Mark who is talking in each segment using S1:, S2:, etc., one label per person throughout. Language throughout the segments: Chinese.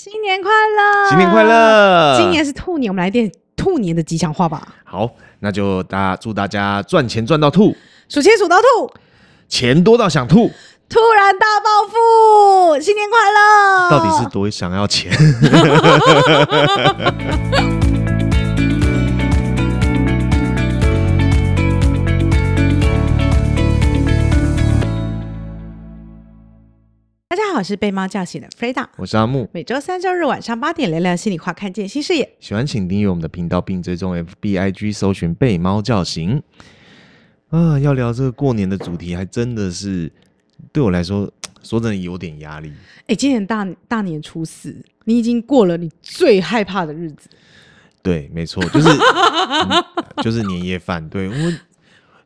S1: 新年快乐！
S2: 新年快！乐！
S1: 今啊年是兔年，我们来点兔年的吉祥话吧。
S2: 好，那就大祝大家赚钱赚到吐，
S1: 数钱数到吐，
S2: 钱多到想吐，
S1: 突然大暴富，新年快乐！
S2: 到底是多想要钱？
S1: 大家好，我是被猫叫醒的 Freda，
S2: 我是阿木，
S1: 每周三、周日晚上八点聊聊心里话，看见新视野。
S2: 喜欢请订阅我们的频道，并追踪 FBIG 搜寻“被猫叫醒”。啊，要聊这个过年的主题，还真的是对我来说，说真的有点压力。
S1: 哎，今年大大年初四，你已经过了你最害怕的日子。
S2: 对，没错，就是、嗯就是年夜饭。对我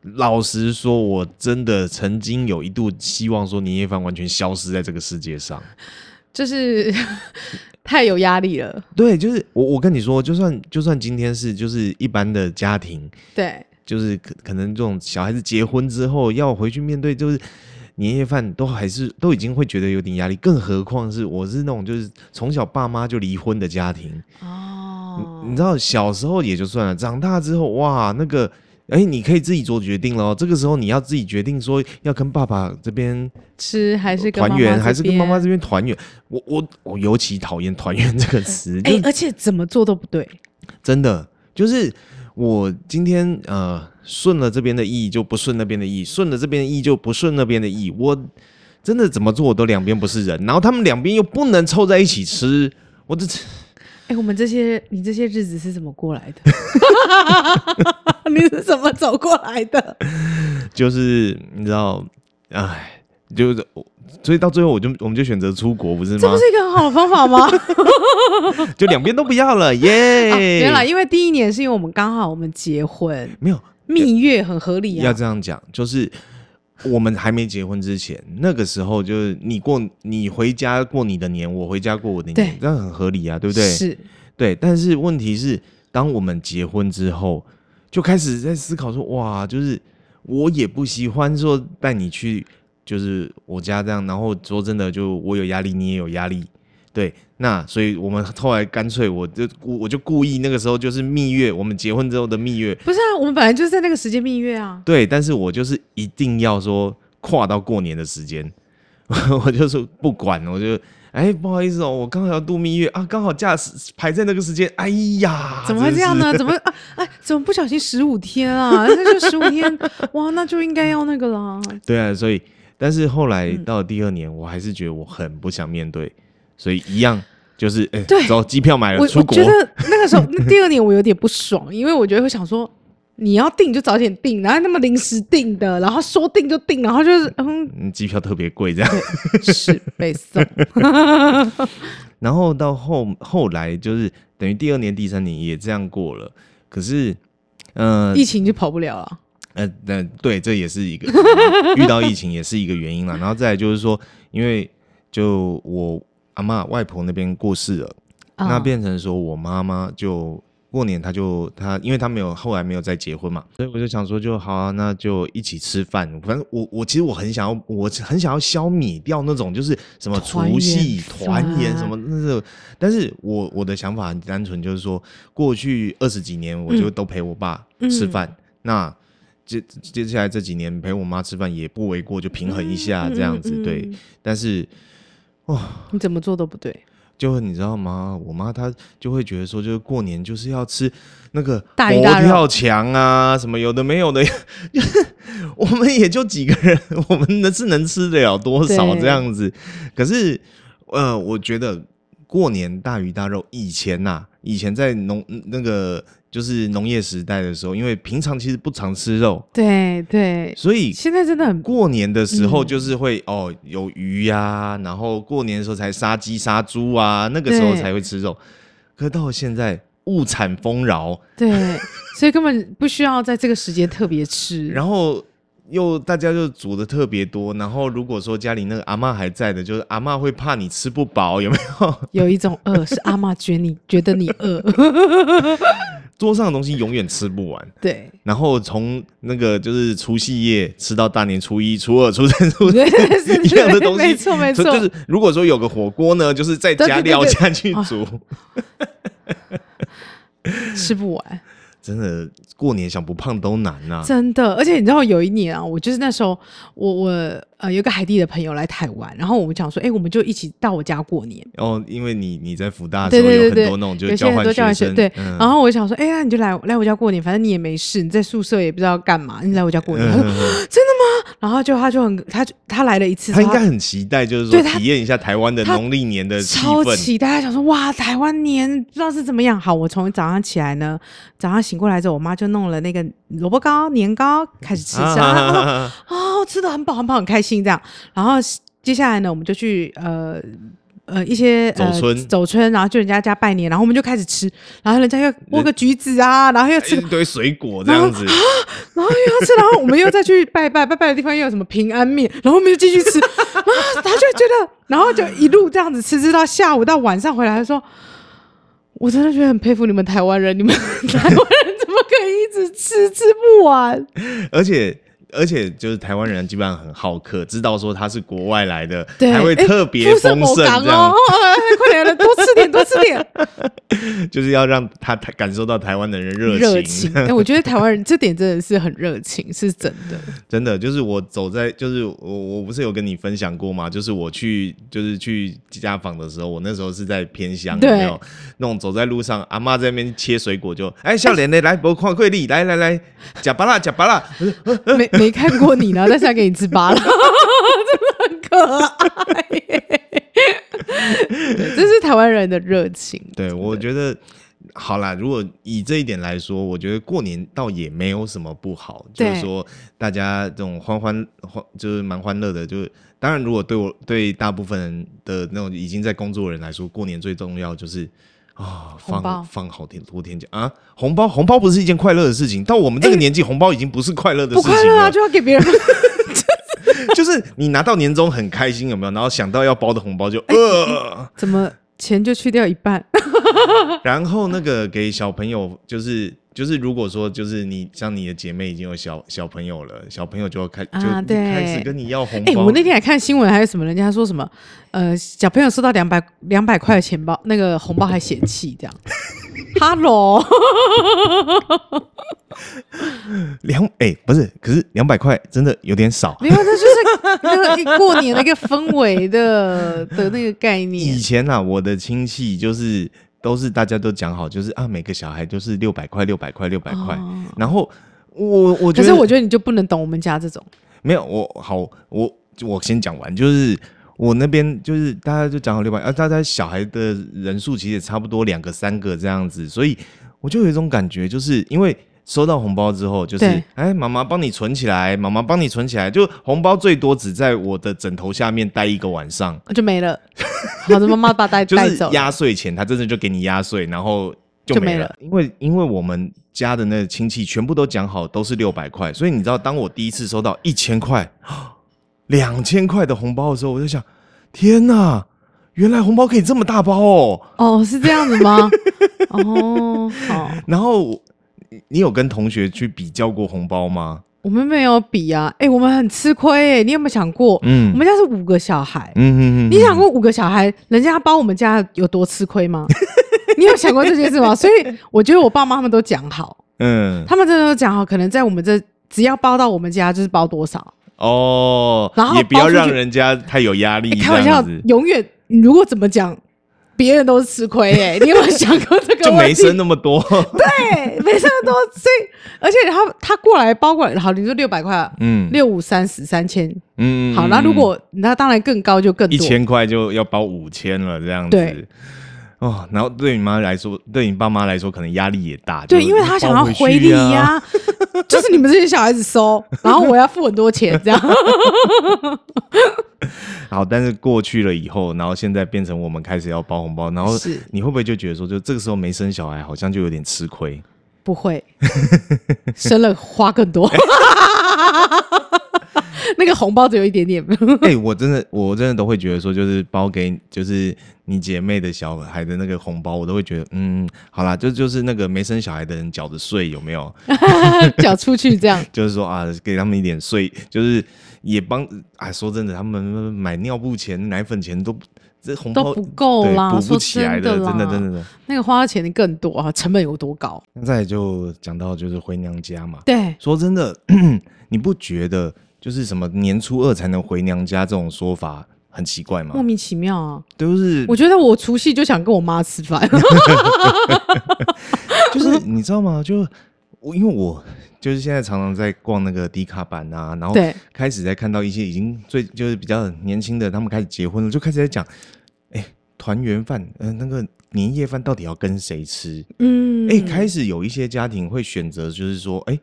S2: 老实说，我真的曾经有一度希望说年夜饭完全消失在这个世界上。
S1: 就是 太有压力了。
S2: 对，就是我我跟你说，就算就算今天是就是一般的家庭，
S1: 对，
S2: 就是可可能这种小孩子结婚之后要回去面对，就是年夜饭都还是都已经会觉得有点压力，更何况是我是那种就是从小爸妈就离婚的家庭，
S1: 哦
S2: 你你知道小时候也就算了，长大之后哇那个。哎，你可以自己做决定了。这个时候你要自己决定，说要跟爸爸这边
S1: 吃还是跟
S2: 团
S1: 妈妈
S2: 圆，
S1: 这
S2: 还是跟妈妈
S1: 边
S2: 这边团圆。我我我尤其讨厌“团圆”这个 词，就
S1: 哎，而且怎么做都不对。
S2: 真的就是我今天呃顺了这边的意，就不顺那边的意；顺了这边的意，就不顺那边的意。我真的怎么做我都两边不是人，然后他们两边又不能凑在一起吃，我这
S1: 哎、我们这些你这些日子是怎么过来 的？你是怎么走过来的？
S2: 就是你知道，哎，就是我所以到最后我就我们就选择出国，不是
S1: 这
S2: 吗
S1: 不？是一个很好的方法 吗？
S2: 就两边都不要了，
S1: 啊原
S2: 耶！
S1: 来因为第一年是因为我们刚好我们结婚，
S2: 没有
S1: 蜜月很合理
S2: 要
S1: 啊。
S2: 这样讲，就是我们还没结婚之前，那个时候就是你过你回家过你的年，我回家过我的
S1: 对
S2: 年，这样很合理啊，对不对？
S1: 是，
S2: 对。但是问题是，当我们结婚之后，就开始在思考说，哇，就是我也不喜欢说带你去，就是我家这样。然后说真的，就我有压力，你也有压力。对，那所以我们后来干脆我就我我就故意那个时候就是蜜月，我们结婚之后的蜜月，
S1: 不是啊？我们本来就是在那个时间蜜月啊。
S2: 对，但是我就是一定要说跨到过年的时间，我就是不管，我就哎不好意思哦，我刚好要度蜜月啊，刚好假时排在那个时间，哎呀，
S1: 怎么会
S2: 真
S1: 这样
S2: 是？
S1: 呢？怎 么啊？哎，怎么不小心十五天啊？那就十五天，哇，那就应该要那个啦。
S2: 对啊，所以但是后来
S1: 嗯
S2: 到了第二年，我还是觉得我很不想面对，所以一样就是哎，
S1: 对
S2: 走，机票买
S1: 我
S2: 了，出
S1: 我
S2: 国
S1: 觉。得那个时候，那第二年我有点不爽， 因为我觉得会想说，你要定就早点定，然后那么临时定的，然后说定就定，然后就是嗯，
S2: 嗯，机票特别贵，这样。
S1: 是被送。
S2: 嗯然后到后后来就是等于第二年、第三年也这样过了，可是，嗯、
S1: 疫情就跑不了了。
S2: 呃，那对，这也是一个遇到疫情也是一个原因啦。然后再来就是说，因为就我阿嬷外婆那边过世了，
S1: 哦
S2: 那变成说我妈妈就过年她就她，因为她没有后来没有再结婚嘛，所以我就想说就好啊，那就一起吃饭。反正我我其实我很想要，我很想要消弭掉那种就是什么
S1: 团圆
S2: 除夕
S1: 饭
S2: 团圆什么那是，但是我我的想法很单纯，就是说过去二十几年
S1: 嗯
S2: 我就都陪我爸吃饭，那。接接下来这几年陪我妈吃饭也不为过，就平衡一下这样子、
S1: 嗯嗯嗯
S2: 对。但是
S1: 你怎么做都不对，
S2: 就你知道吗？我妈她就会觉得说，就是过年就是要吃那个
S1: 大
S2: 佛
S1: 鱼大肉
S2: 跳墙啊，什么有的没有的， 就是我们也就几个人，我们能是能吃得了多少
S1: 对
S2: 这样子。可是，呃，我觉得过年大鱼大肉，以前呐、以前在农那个就是农业时代的时候，因为平常其实不常吃肉，
S1: 对对，
S2: 所以
S1: 现在真的很
S2: 过年的时
S1: 嗯
S2: 候就是会、哦有鱼呀、然后过年的时候才杀鸡杀猪啊，那个时候
S1: 对
S2: 才会吃肉。可到现在物产丰饶，
S1: 对，所以根本不需要在这个时间特别吃。
S2: 然后又大家就煮的特别多，然后如果说家里那个阿嬷还在的，就是阿嬷会怕你吃 不饱，有没有？
S1: 有一种饿是阿嬷觉得你觉得你饿，
S2: 桌上的东西永远吃不完。
S1: 对，
S2: 然后从那个就是除夕夜吃到大年初一、初二、初三、初四
S1: 对是
S2: 一样的东西，
S1: 没错没错
S2: 所以 就是如果说有个火锅呢，就是再
S1: 对对
S2: 加
S1: 对哦
S2: 料
S1: 对
S2: 下去煮，
S1: 吃不完，
S2: 真的过年想不胖都难啊呐、
S1: 真的。而且你知道，有一年啊，我就是那时候，我我呃有一个海地的朋友来台湾，然后我们讲说，哎、我们就一起到我家过年。
S2: 哦，因为你你在福大的
S1: 对
S2: 时候
S1: 对
S2: 啊有
S1: 对
S2: 很
S1: 对，
S2: 多那种就
S1: 有
S2: 是
S1: 些很
S2: 换
S1: 多交换
S2: 生，
S1: 对。
S2: 嗯
S1: 然后我想说，哎、那你就来来我家过年，反正你也没事，你在宿舍也不知道干嘛，你来我家过年。
S2: 嗯
S1: 他说真的吗？然后就他就很他就他来了一次之
S2: 他
S1: 后，
S2: 应该很期待，就是说
S1: 对他
S2: 体验一下台湾的
S1: 他
S2: 农历年的气
S1: 超
S2: 氛。
S1: 期待，想说哇，台湾年不知道是怎么样。好，我从早上起来呢，早上醒过来之后，我妈就弄了那个萝卜糕、年糕开始吃，
S2: 啊
S1: 然后她说 哦，吃的很饱很饱，很开心这样。然后接下来呢，我们就去呃。呃，一些呃
S2: 走村
S1: 走村，然后去人家家拜年，然后我们就开始吃，然后人家又剥个橘子啊，然后又吃
S2: 一
S1: 个，
S2: 堆水果这样子，
S1: 然后啊又要吃，然后我们又再去拜拜，拜拜的地方又有什么平安面，然后我们就继续吃，然后他就觉得，然后就一路这样子吃，吃到下午到晚上回来，他说：“我真的觉得很佩服你们台湾人，你们 台湾人怎么可以一直吃吃不完？
S2: 而且而且就是台湾人基本上很好客，知道说他是国外来的，
S1: 对，
S2: 还会
S1: 哎
S2: 特别
S1: 肤色
S2: 丰
S1: 某
S2: 盛这
S1: 港
S2: 样
S1: 哦，，哦哎快点，多吃点，多吃点，
S2: 就是要让他他感受到台湾的人 热
S1: 热情。哎，我觉得台湾人这点真的是很热情，是真的。
S2: 真的，就是我走在，就是我我不是有跟你分享过吗？就是我去就是去家访的时候，我那时候是在偏乡，有
S1: 对
S2: 没有那种走在路上，阿妈在那边切水果就，哎笑脸的来，不看贵丽，来来来，假巴啦假巴啦，我说
S1: 没没看过你呢，但是还给你吃巴了，真的很可爱耶。对这是台湾人的热情。
S2: 对，我觉得好啦。如果以这一点来说，我觉得过年倒也没有什么不好，就是
S1: 对
S2: 说大家这种欢欢欢，就是蛮欢乐的。就是当然，如果对我对大部分人的那种已经在工作的人来说，过年最重要就是。啊、
S1: 红包
S2: 放放好天多天假啊！红包红包不是一件快乐的事情，到我们这个年纪，红包已经不是快乐的
S1: 不
S2: 事情
S1: 快乐啊，就要给别人。
S2: 就是你拿到年终很开心，有没有？然后想到要包的红包就呃，
S1: 怎么钱就去掉一半？
S2: 然后那个给小朋友，就是就是，如果说就是你像你的姐妹已经有小小朋友了，小朋友就要开就
S1: 啊对
S2: 开始跟你要红
S1: 哎、
S2: 包。
S1: 我那天还看新闻，还有什么人家说什么，呃，小朋友收到两百两百块的钱包，那个红包还嫌弃 这样。Hello，
S2: 两哎、不是，可是两百块真的有点少。
S1: 没有，那就是那个一过年那个氛围 的的那个概
S2: 以
S1: 念。
S2: 前啊，我的亲戚就是都是大家都讲好，就是啊，每个小孩就是六百块，六百块，六百块
S1: 哦。
S2: 然后我我
S1: 可
S2: 觉
S1: 是
S2: 得
S1: 我觉得你就不能懂我们家这种，
S2: 没有，我好，我我先讲完，就是我那边就是大家就讲好六百，啊，大家小孩的人数其实也差不多两个三个这样子，所以我就有一种感觉，就是因为。收到红包之后，就是
S1: 对
S2: 哎，妈妈帮你存起来，妈妈帮你存起来，就红包最多只在我的枕头下面待一个晚上，
S1: 就没 了。好的，妈妈把带
S2: 就
S1: 带
S2: 是
S1: 走了。
S2: 压岁钱，他真的就给你压岁，然后就
S1: 就
S2: 没
S1: 没
S2: 了。
S1: 了
S2: 因为因为我们家的那个亲戚全部都讲好都是六百块，所以你知道，当我第一次收到一千块、 两千块的红包的时候，我就想，天哪！原来红包可以这么大包哦！
S1: 哦，是这样子吗？ 哦，好，
S2: 然后我你你有跟同学去比较过红包吗？
S1: 我们没有比啊，哎、我们很吃亏哎、你有没有想过，
S2: 嗯
S1: 我们家是五个小孩，
S2: 嗯嗯嗯，
S1: 你想过五个小孩，人家包我们家有多吃亏 吗？你有想过这件事吗？所以我觉得我爸妈他们都讲好，
S2: 嗯
S1: 他们真的都讲好，可能在我们这只要包到我们家就是包多少，
S2: 哦，
S1: 然后
S2: 也不要
S1: 包出去
S2: 让人家太有压力，
S1: 欸
S2: 这
S1: 开玩笑
S2: 样子，
S1: 永远你如果怎么讲，别人都是吃亏 哎、你有没有想过这个
S2: 就
S1: 问
S2: 没
S1: 题
S2: 生？那么多。
S1: 对，没这么多，所以而且他他过来包过来，好，你说六百块啊，
S2: 嗯
S1: 六五三十三千，
S2: 嗯，嗯
S1: 好，那
S2: 嗯
S1: 如果那当然更高就更
S2: 一
S1: 多，
S2: 千块就要包五千了这样子
S1: 对。
S2: 哦，然后对你妈来说，对你爸妈来说，可能压力也大。
S1: 对，
S2: 就
S1: 因为他想要
S2: 包回
S1: 回
S2: 去
S1: 礼
S2: 啊。
S1: 呀、 就是你们这些小孩子收，然后我要付很多钱这样，
S2: 好，但是过去了以后，然后现在变成我们开始要包红包，然后
S1: 是
S2: 你会不会就觉得说，就这个时候没生小孩，好像就有点 吃亏？
S1: 不会，生了花更多。 那个红包只有一点点。
S2: 哎、我真的我真的都会觉得说，就是包给就是你姐妹的小孩的那个红包，我都会觉得嗯，好啦，就就是那个没生小孩的人缴的税有没有？
S1: 缴出去这样，
S2: 就是说啊，给他们一点税，就是也帮啊。说真的，他们买尿布钱、奶粉钱都这红包
S1: 都不够
S2: 对
S1: 啦
S2: 补不
S1: 说
S2: 起来
S1: 真的
S2: 真的
S1: 啦
S2: 真的真的。
S1: 那个花的钱更多啊，成本有多高？
S2: 那再来就讲到就是回娘家嘛，
S1: 对，
S2: 说真的， 你不觉得就是什么年初二才能回娘家这种说法很奇怪
S1: 莫
S2: 吗？
S1: 名其妙啊！
S2: 都嗯是
S1: 我觉得我除夕就想跟我妈吃饭，
S2: 就是你知道吗？就我因为我就是现在常常在逛那个低卡版啊，然 后
S1: 对
S2: 开始在看到一些已经最就是比较年轻的，他们开始结婚了，就开始在讲，哎，团圆饭，呃，那个年夜饭到底要跟谁吃？
S1: 嗯，
S2: 哎、开始有一些家庭会选择，就是说，哎，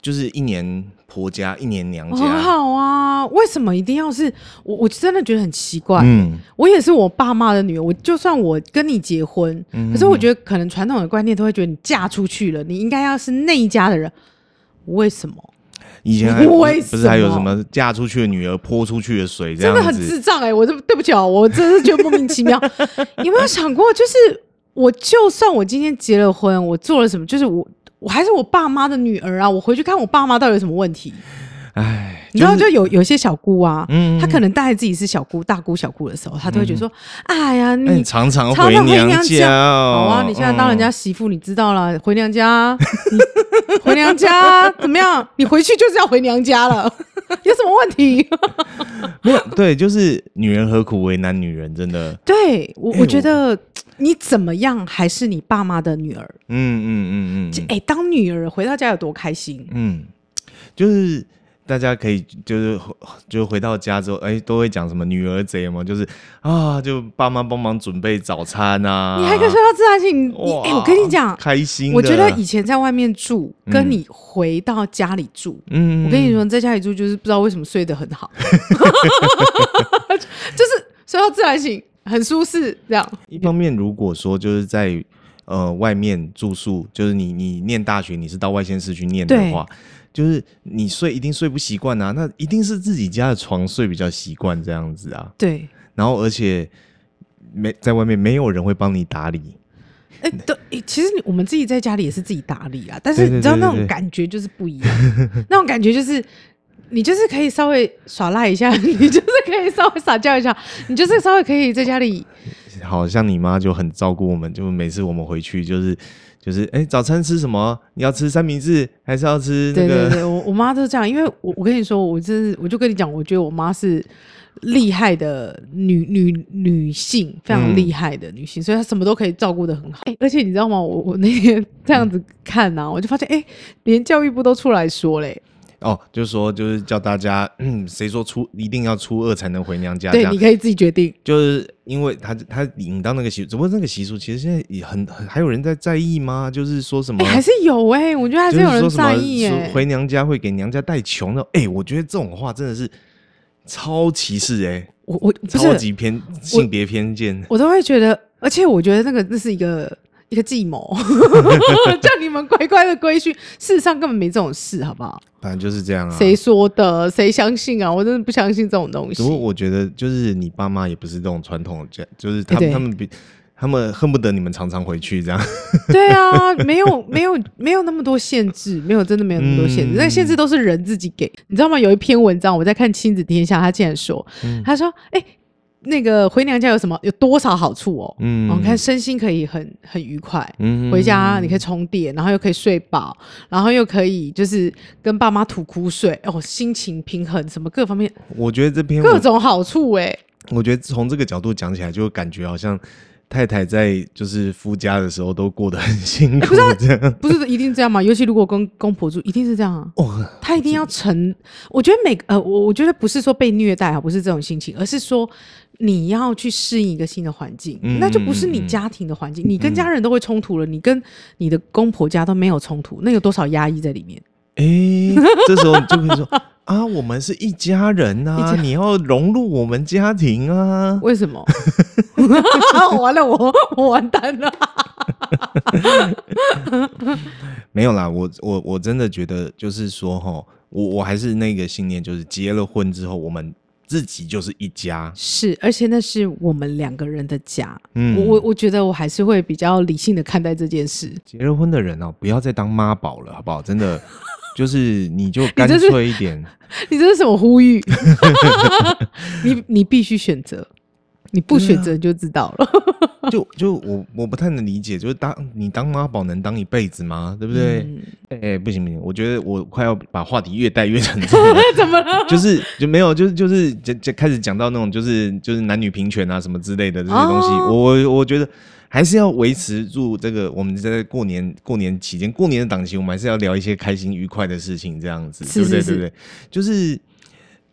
S2: 就是一年婆家，一年娘
S1: 很
S2: 家，
S1: 好啊，为什么一定要是我？我真的觉得很奇怪。
S2: 嗯，
S1: 我也是我爸妈的女儿，我就算我跟你结婚，
S2: 嗯
S1: 可是我觉得可能传统的观念都会觉得你嫁出去了，你应该要是那一家的人，为什么？
S2: 以前还 不
S1: 为
S2: 是
S1: 什
S2: 不是还有什
S1: 么
S2: 么嫁出去的女儿泼出去的水这
S1: 真
S2: 样
S1: 的很
S2: 子，
S1: 智障哎、我这对不起哦，我真是觉得莫名其 妙。有没有想过，就是我就算我今天结了婚，我做了什么，就是我我还是我爸妈的女儿啊，我回去看我爸妈到底有什么问题。
S2: 哎，
S1: 你知道，就有有些小姑啊，
S2: 嗯
S1: 她可能大概自己是小姑、大姑、小姑的时候，她都会觉得说：“哎呀，
S2: 哎
S1: 你
S2: 你常常
S1: 常
S2: 回
S1: 常回
S2: 娘
S1: 娘
S2: 家
S1: 家
S2: 哦，
S1: 好啊，你现在当人
S2: 嗯
S1: 家媳妇，你知道了，回娘家，你 回娘家怎么样？你回去就是要回娘家了， 有什么问题？
S2: 没有，对，就是女人何苦为难女人，真的，
S1: 对我，
S2: 哎
S1: 我觉得你怎么样还是你爸妈的女儿。
S2: 嗯嗯嗯嗯
S1: 哎、当女儿回到家有多开心？
S2: 嗯，就是大家可以就是就回到家之后，哎，都会讲什么女儿贼嘛，就是啊，就爸妈帮忙准备早餐啊，
S1: 你还可以睡到自然醒。你
S2: 哇
S1: 哎、我跟你讲，
S2: 开心的，
S1: 我觉得以前在外面住，
S2: 嗯
S1: 跟你回到家里住，
S2: 嗯，
S1: 我跟你说，在家里住就是不知道为什么睡得很 好， 就是睡到自然醒，很舒适这样。
S2: 一方面，如果说就是在呃外面住宿，就是你你念大学，你是到外县市去念的
S1: 对
S2: 话，就是你睡一定睡不习惯啊，那一定是自己家的床睡比较习惯这样子啊。
S1: 对，
S2: 然后而且没在外面没有人会帮你打理，
S1: 哎、对、哎其实你我们自己在家里也是自己打理啊，但
S2: 对
S1: 是
S2: 对
S1: 你知道
S2: 对
S1: 那
S2: 对
S1: 种
S2: 对
S1: 感觉就是不一样，那种感觉就是。你就是可以稍微耍赖一下， 你就是可以稍微撒娇一下，你就是稍微可以在家里，
S2: 好像你妈就很照顾我们，就每次我们回去就是就是哎早餐吃什么？你要吃三明治还是要吃 那
S1: 对对
S2: 个？
S1: 对，我我妈都这样，因为我我跟你说，我真是我就跟你讲，我觉得我妈是厉害的女女女性，非常
S2: 嗯
S1: 厉害的女性，所以她什么都可以照顾的很好、 哎而且你知道吗？我我那天这样子看啊，我就发现，哎、连教育部都出来说嘞、
S2: 哦，就说就是叫大家，嗯，谁说初一定要初二才能回娘家？这
S1: 对，
S2: 样
S1: 你可以自己决定。
S2: 就是因为他他引到那个习俗，只不过那个习俗其实现在也很很还有人在在意吗？就是说什么，
S1: 哎、还是有哎、我觉得还
S2: 嗯就是
S1: 有人
S2: 说什么
S1: 在意哎、
S2: 说回娘家会给娘家带穷的，哎、我觉得这种话真的是超歧视哎、
S1: 我我不
S2: 超
S1: 是，
S2: 级偏性别偏见。
S1: 我都会觉得，而且我觉得那个那是一个一个计谋， 叫你们乖乖的规训。事实上根本没这种事，好不好？
S2: 反正就是这样啊。
S1: 谁说的？谁相信啊？我真的不相信这种东西
S2: 只不。过 我觉得就是你爸妈也不是这种传统的家，就是他
S1: 哎
S2: 们、
S1: 对哦
S2: 他们比他们恨不得你们常常回去这样。
S1: 对 啊，没有没有没有那么多限制，没有真的没有那么多限制，
S2: 嗯
S1: 那限制都是人自己给，你知道吗？有一篇文章我在看《亲子天下》，他竟然说，
S2: 嗯
S1: 他说，哎、那个回娘家有什么有多少好处哦？
S2: 嗯
S1: 哦，看身心可以很很愉快，
S2: 嗯
S1: 回家你可以充电，然后又可以睡饱，然后又可以就是跟爸妈吐苦水，哦，心情平衡，什么各方面
S2: 我觉得这篇
S1: 各
S2: 文
S1: 种好处哎、
S2: 我觉得从这个角度讲起来，就感觉好像太太在就是夫家的时候都过得很辛苦，这样。
S1: 哎不是一定这样吗？尤其如果跟公婆住，一定是这样啊。
S2: 哦，
S1: 他一定要承，我觉得每呃，我我觉得不是说被虐待啊，不是这种心情，而是说你要去适应一个新的环境，
S2: 嗯
S1: 那就不是你
S2: 嗯嗯
S1: 家庭的环境，你跟家人都会冲突了，你跟你的公婆家都没有冲突，那有多少压抑在里面？
S2: 哎、这时候你就会说 啊，我们是一家人啊，
S1: 一家
S2: 你要融入我们家庭啊。
S1: 为什么？完了，我我完蛋了。
S2: 没有啦，我我我真的觉得就是说哈，我我还是那个信念，就是结了婚之后，我们自己就是一家。
S1: 是，而且那是我们两个人的家。
S2: 嗯
S1: 我我我觉得我还是会比较理性的看待这件事。
S2: 结了婚的人哦，不要再当妈宝了，好不好？真的，就是你就干
S1: 这是
S2: 脆一 点。
S1: 你这是什么呼 吁？你你必须选择，你不选择就知道了。
S2: 就就我我不太能理解，就是当你当妈宝能当一辈子吗？对不对？哎、
S1: 嗯
S2: 不行不行，我觉得我快要把话题越带越沉 重了。怎么了？ 就是就没有，就是就是就就开始讲到那种就是就是男女平权啊什么之类的这些东西，
S1: 哦
S2: 我我我觉得。还是要维持住这个，我们在过年过年期间，过年的档期，我们还是要聊一些开心愉快的事情，这样子，
S1: 是
S2: 对不对？
S1: 是是
S2: 对不对？就是，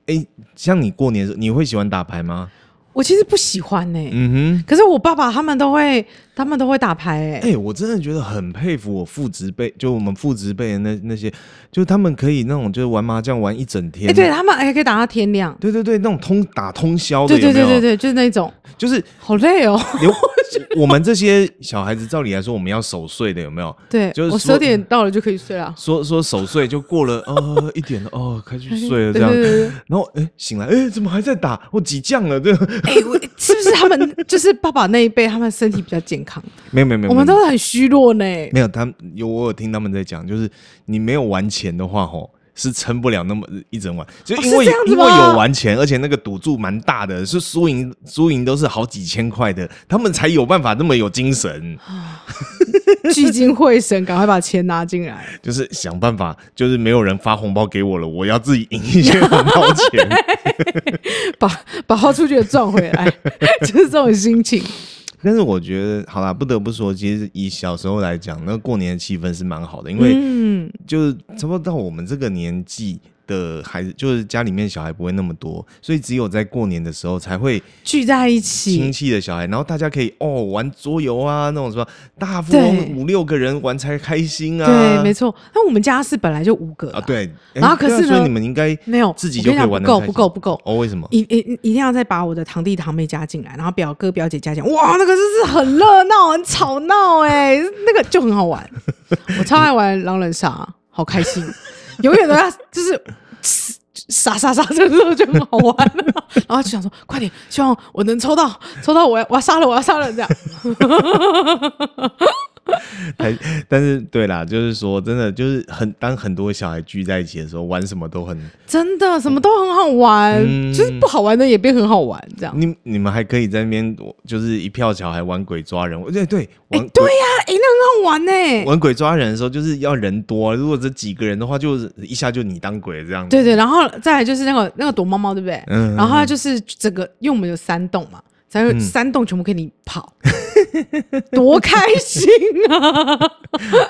S2: 哎、像你过年的时候，你会喜欢打牌吗？
S1: 我其实不喜欢呢、欸
S2: 嗯哼，
S1: 可是我爸爸他们都会，他们都会打牌哎、
S2: 哎、我真的觉得很佩服我父职辈，就我们父职辈的那那些，就是他们可以那种就是玩麻将玩一整天，
S1: 哎、对他们还可以打到天亮。
S2: 对对对那种通打通宵的，
S1: 对对
S2: 有没有
S1: 对对对，就是那种
S2: 就是
S1: 好累哦。
S2: 有 我们这些小孩子，照理来说我们要守岁的，有没有？
S1: 对，
S2: 就是
S1: 我
S2: 说
S1: 十点到了就可以睡了。
S2: 说说守岁就过了呃一点了哦，该去睡
S1: 对
S2: 了这
S1: 对
S2: 样，
S1: 对对，对
S2: 然后哎、醒来哎、怎么还在打？我几将了？对，
S1: 哎、我是不是他们就是爸爸那一辈，他们身体比较健康，
S2: 没有没有没有，
S1: 我们
S2: 没有
S1: 都很虚弱呢。
S2: 没有他们有我有听他们在讲，就是你没有玩钱的话吼。是撑不了那么一整晚，就因
S1: 哦
S2: 为、
S1: 是这样子
S2: 因为
S1: 吗
S2: 有玩钱，而且那个赌注蛮大的，是输赢输赢都是好几千块的，他们才有办法那么有精神，
S1: 聚精会神，赶快把钱拿进来。
S2: 就是想办法，就是没有人发红包给我了，我要自己赢一些红 包钱。
S1: 把把花出去的赚回来， 就是这种心情。
S2: 但是我觉得，好啦，不得不说，其实以小时候来讲，那个过年的气氛是蛮好的，因为
S1: 嗯，
S2: 就是差不多到我们这个年纪的孩子，就是家里面小孩不会那么多，所以只有在过年的时候才会
S1: 聚在一
S2: 亲
S1: 起，
S2: 戚的小孩，然后大家可以哦玩桌游啊那种什么大富翁
S1: 对
S2: 五六个人玩才开心啊，
S1: 对，没错。那我们家是本来就五个啦
S2: 啊，对，诶
S1: 然后可
S2: 对啊
S1: 是呢
S2: 所以你们应该
S1: 没有
S2: 自己
S1: 我
S2: 就
S1: 跟你
S2: 可以
S1: 讲
S2: 玩
S1: 不
S2: 的
S1: 够不够不够，
S2: 哦，为什么？
S1: 一一一定要再把我的堂弟堂妹加进来，然后表哥表姐加进来，哇，那个真是很热闹，很吵闹哎、那个就很好 玩。我超爱玩狼人杀，好开心，永远都要就是。 傻傻傻，这个时候就很好玩了。然后就想说，快点，希望我能抽到，抽到我要我要杀了，我要杀了这样。
S2: 还 但是对啦，就是说真的，就是很当很多小孩聚在一起的时候，玩什么都很
S1: 真的什么都很好玩，
S2: 嗯
S1: 就是不好玩的也变很好玩，这样。
S2: 你你们还可以在那边，就是一票小孩玩鬼抓人，我对对，玩、
S1: 对呀、哎、那很好玩呢、欸
S2: 玩鬼抓人的时候就是要人多，如果这几个人的话，就是一下就你当鬼这样子。
S1: 对对，然后再来就是那个那个躲猫猫，对不对？
S2: 嗯
S1: 然后它就是整个，因为我们有三栋嘛，才有三栋全部给你跑， 多开心啊！
S2: 嗯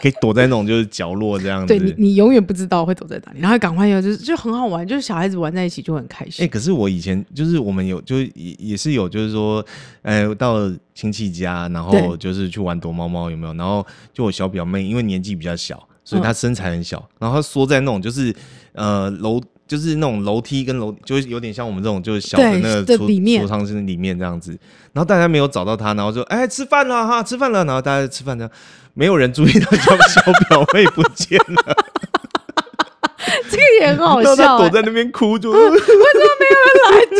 S2: 可以躲在那种就是角落这样子。
S1: 对你，你永远不知道会躲在哪里，然后赶快要就是就很好玩，就是小孩子玩在一起就很开
S2: 哎、
S1: 心。
S2: 可是我以前就是我们有，就是也也是有，就是说，呃，到亲戚家，然后
S1: 对
S2: 就是去玩躲猫猫，有没有？然后就我小表妹，因为年纪比较小，所
S1: 嗯
S2: 以她身材很小，然后她缩在那种就是呃楼，就是那种楼梯跟楼，就是有点像我们这种就是小的
S1: 对
S2: 那个
S1: 的
S2: 储
S1: 里面
S2: 储藏室里面这样子。然后大家没有找到她，然后就哎、吃饭了哈，吃饭了，然后大家哎吃饭这样。没有人注意到小 小表妹不见了，
S1: 这个也很好
S2: 然后她
S1: 笑、
S2: 躲
S1: 欸，
S2: 在那边哭，就呃
S1: 来救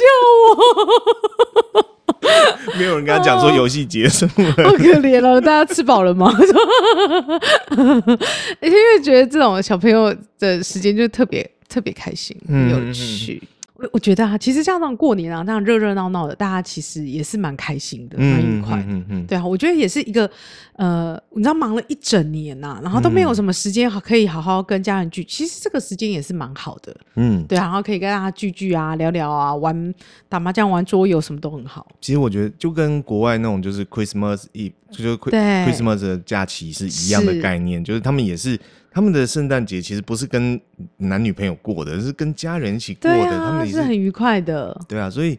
S2: 没有人跟她讲说游戏结束了。
S1: 我，好可怜哦！大家吃饱了吗？ 而且因为觉得这种小朋友的时间就特别特别开心，
S2: 嗯
S1: 很有趣。我我觉得啊，其实像这样过年啊，这样热热闹闹的，大家其实也是蛮开心的，蛮愉快的。
S2: 嗯嗯
S1: 对啊，我觉得也是一个，呃，你知道忙了一整年呐、然后都
S2: 嗯
S1: 没有什么时间好可以好好跟家人聚，其实这个时间也是蛮好的，
S2: 嗯，
S1: 对啊，然后可以跟大家聚聚啊、聊聊啊、玩打麻将、玩桌游，什么都很好。
S2: 其实我觉得就跟国外那种就是 Christmas Eve，就是 Chri-
S1: 对
S2: Christmas 的假期是一样的
S1: 是
S2: 概念，就是他们也是他们的圣诞节其实不是跟男女朋友过的，是跟家人一起过
S1: 对
S2: 的，他
S1: 啊，
S2: 们也
S1: 是
S2: 是
S1: 很愉快的。
S2: 对啊，所以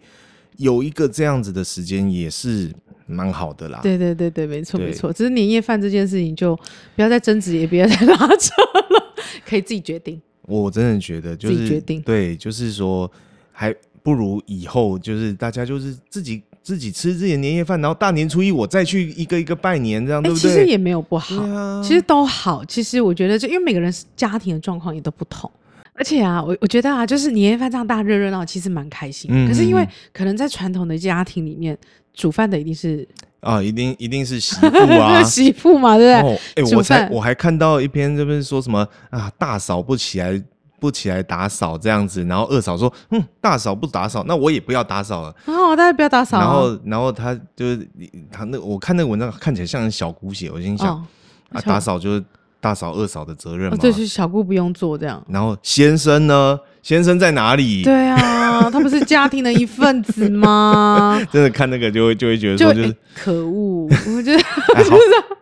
S2: 有一个这样子的时间也是蛮好的啦。
S1: 对对对对，没错
S2: 啊对
S1: 没错，只是年夜饭这件事情就不要再争执，也不要再拉扯了，可以自己决定。
S2: 我真的觉得就
S1: 自己
S2: 是
S1: 决定
S2: 对，就是说还不如以后就是大家就是自己。自己吃自己的年夜饭，然后大年初一我再去一个一个拜年，这样、
S1: 哎、
S2: 对不
S1: 其
S2: 对？
S1: 实也没有不好，
S2: 对啊
S1: 其实都好。其实我觉得就，因为每个人家庭的状况也都不同。而且啊，我我觉得啊，就是年夜饭这样大热热闹，其实蛮开心的。
S2: 嗯
S1: 可是因
S2: 嗯
S1: 为
S2: 嗯
S1: 可能在传统的家庭里面，煮饭的一定 是
S2: 啊，一定一定是媳妇啊。
S1: 媳妇嘛，对不对？
S2: 哦，哎、
S1: 煮
S2: 我才
S1: 饭
S2: 我还看到一篇，这边说什么啊，大嫂不起来不起来打扫这样子，然后二嫂说，嗯，大嫂不打扫，那我也不要打扫了。
S1: 哦，大家不要打扫、啊。
S2: 然后然后他就是他那我看那个文章看起来像小姑写，我心想、
S1: 哦，
S2: 啊，
S1: 小
S2: 打扫就是大嫂二嫂的责任嘛。
S1: 哦，对，就是小姑不用做这样。
S2: 然后先生呢？先生在哪里？
S1: 对啊，他不是家庭的一份子吗？
S2: 真的看那个就会就会觉得
S1: 就、
S2: 说就是
S1: 欸可恶，我觉得。
S2: 哎好，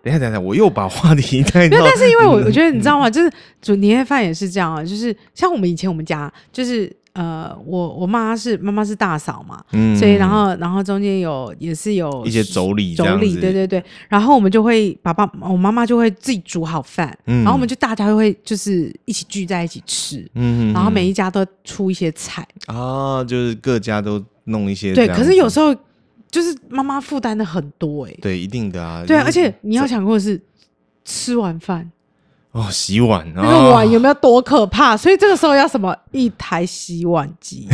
S2: 等一下等一下，我又把话题带到
S1: 没有，但是 因为我我觉得你知道吗？ 就是煮年夜饭也是这样啊，就是像我们以前我们家就是呃，我我妈是妈妈是大嫂嘛，
S2: 嗯
S1: 所以然后然后中间有也是有
S2: 一些妯娌这
S1: 妯
S2: 样
S1: 娌，
S2: 子
S1: 对对对，然后我们就会爸爸我妈妈就会自己煮好饭，
S2: 嗯
S1: 然后我们就大家会就是一起聚在一起吃。
S2: 嗯
S1: 然后每
S2: 一
S1: 一家都出一些菜，
S2: 啊，就是各家都弄一些
S1: 对。
S2: 这样子
S1: 可是有时候就是妈妈负担的很多哎、欸，
S2: 对一定的啊，
S1: 对啊。
S2: 就是
S1: 而且你要想过的是，吃完饭
S2: 哦洗碗
S1: 那
S2: 啊，
S1: 个碗有没有多可怕？所以这个时候要什么？一台洗碗 机。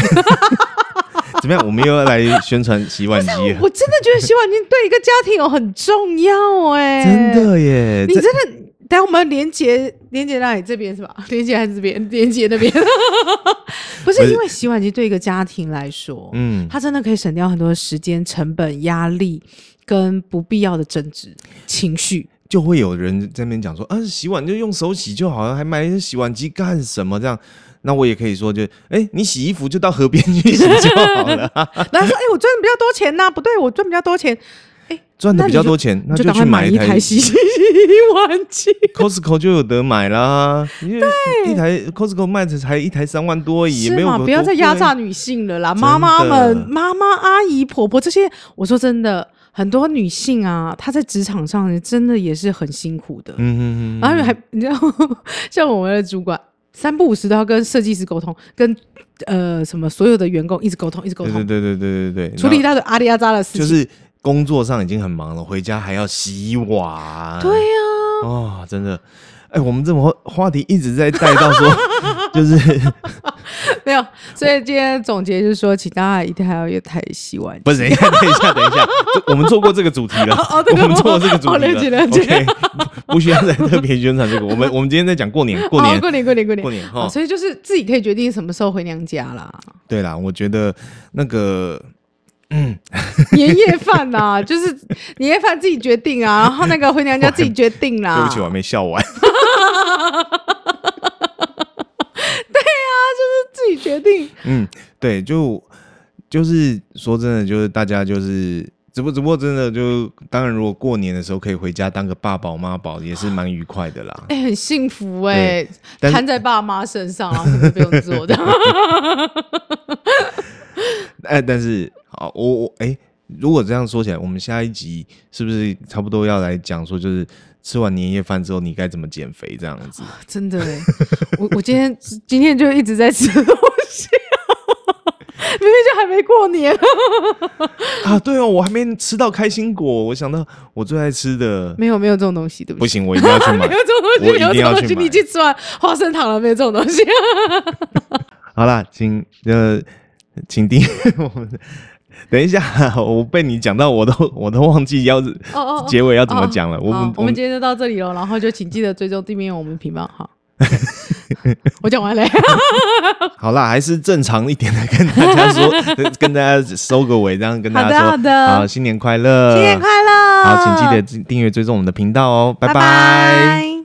S2: 怎么样？我们又要来宣传洗 碗机啊了，
S1: 啊我真的觉得洗碗机对一个家庭有很重要哎、
S2: 真，的耶，
S1: 你
S2: 这
S1: 真的。等下我们连接连接到你这边是吧？ 连接还是这边？连接那边？ 不
S2: 不
S1: 是
S2: 是
S1: 因为洗碗机对一个家庭来说，
S2: 嗯，
S1: 它真的可以省掉很多时间、成本、压力跟不必要的争执、情绪。
S2: 就会有人在那边讲说，啊，洗碗就用手洗就好了，还买洗碗机干什么？这样，那我也可以说就，哎，你洗衣服就到河边去洗就好了啊、
S1: 然后说：“哎、我赚比较多钱呐、不对，我赚比较多钱，
S2: 赚的比较多钱，那
S1: 你就
S2: 就
S1: 赶
S2: 去
S1: 快买一
S2: 一
S1: 台洗洗碗机。”
S2: Costco 就有得买啦。对，一台 Costco 卖的才一台三万多而已，也
S1: 是
S2: 没有
S1: 嘛？
S2: 多
S1: 不要再压
S2: 贵
S1: 榨女性了啦，
S2: 真
S1: 妈妈们
S2: 的、
S1: 妈妈、阿姨、婆婆这些，我说真的，很多女性啊，她在职场上真的也是很辛苦的。
S2: 嗯嗯嗯，
S1: 然后还你知道， 像我们的主管，三不五时都要跟设计师沟通，跟呃什么所有的员工一直沟通，一直沟
S2: 对
S1: 通，
S2: 对对对对对对，
S1: 处理一
S2: 然
S1: 大堆阿里阿扎的事
S2: 后就
S1: 情。
S2: 是工作上已经很忙了，回家还要洗碗。
S1: 对啊呀、
S2: 哦，真的。哎，我们这么话题一直在带到 说，就是
S1: 没有，所以今天总结就是说，请大家一定还要有台洗碗
S2: 不是？等一下，等一下，等一下，这我们做过这个主题了，
S1: 哦对
S2: 我们做过这个
S1: 哦
S2: 主题
S1: 了解了解
S2: OK，不不需要再特别宣传这个。我们我们今天在讲过年，过
S1: 哦
S2: 年，
S1: 过年，过年，过年，
S2: 过年哈
S1: 哦。所以就是自己可以决定什么时候回娘家啦。
S2: 对啦，我觉得那个
S1: 年夜饭呐、就是年夜饭自己决定啊，然后那个回娘 家自己决定啦、
S2: 对不起，我还没笑完。
S1: 自己决定。
S2: 嗯，对，就就是说真的，就是大家就是。只不只不过真的就，当然如果过年的时候可以回家当个爸宝妈宝，也是蛮愉快的啦。
S1: 哎、很幸福哎、
S2: 但是
S1: 摊在爸妈身上，然后什么都不用做的。
S2: 哎，但是好，我我哎、如果这样说起来，我们下一集是不是差不多要来讲说，就是吃完年夜饭之后你该怎么减肥这样子？
S1: 真的哎、我我今天今天就一直在吃东西， 明明就还没过年。
S2: 啊，对哦，我还没吃到开心果，我想到我最爱吃的，
S1: 没有没有这种东西，对不
S2: 不
S1: 对？
S2: 行，我一定要去买
S1: 没。有这种东西，
S2: 我
S1: 没有
S2: 一
S1: 这
S2: 定
S1: 种
S2: 要
S1: 东西，
S2: 去买
S1: 你去吃完花生糖了没有这种东 西？
S2: 好啦，请呃，请订阅我们的。等一下，我被你讲到，我都我都忘记要是
S1: 哦哦哦，
S2: 结尾要怎么讲了。我
S1: 好
S2: 们
S1: 我们今天就到这里了，然后就请记得追踪订阅我们的频道哈。对 我讲完了，
S2: 好啦，还是正常一点的跟大家说， 呃跟大家收个尾，这样跟大家说，
S1: 好的好的
S2: 新年快乐，
S1: 新年快乐！
S2: 好，请记得订阅追踪我们的频道哦，拜
S1: 拜拜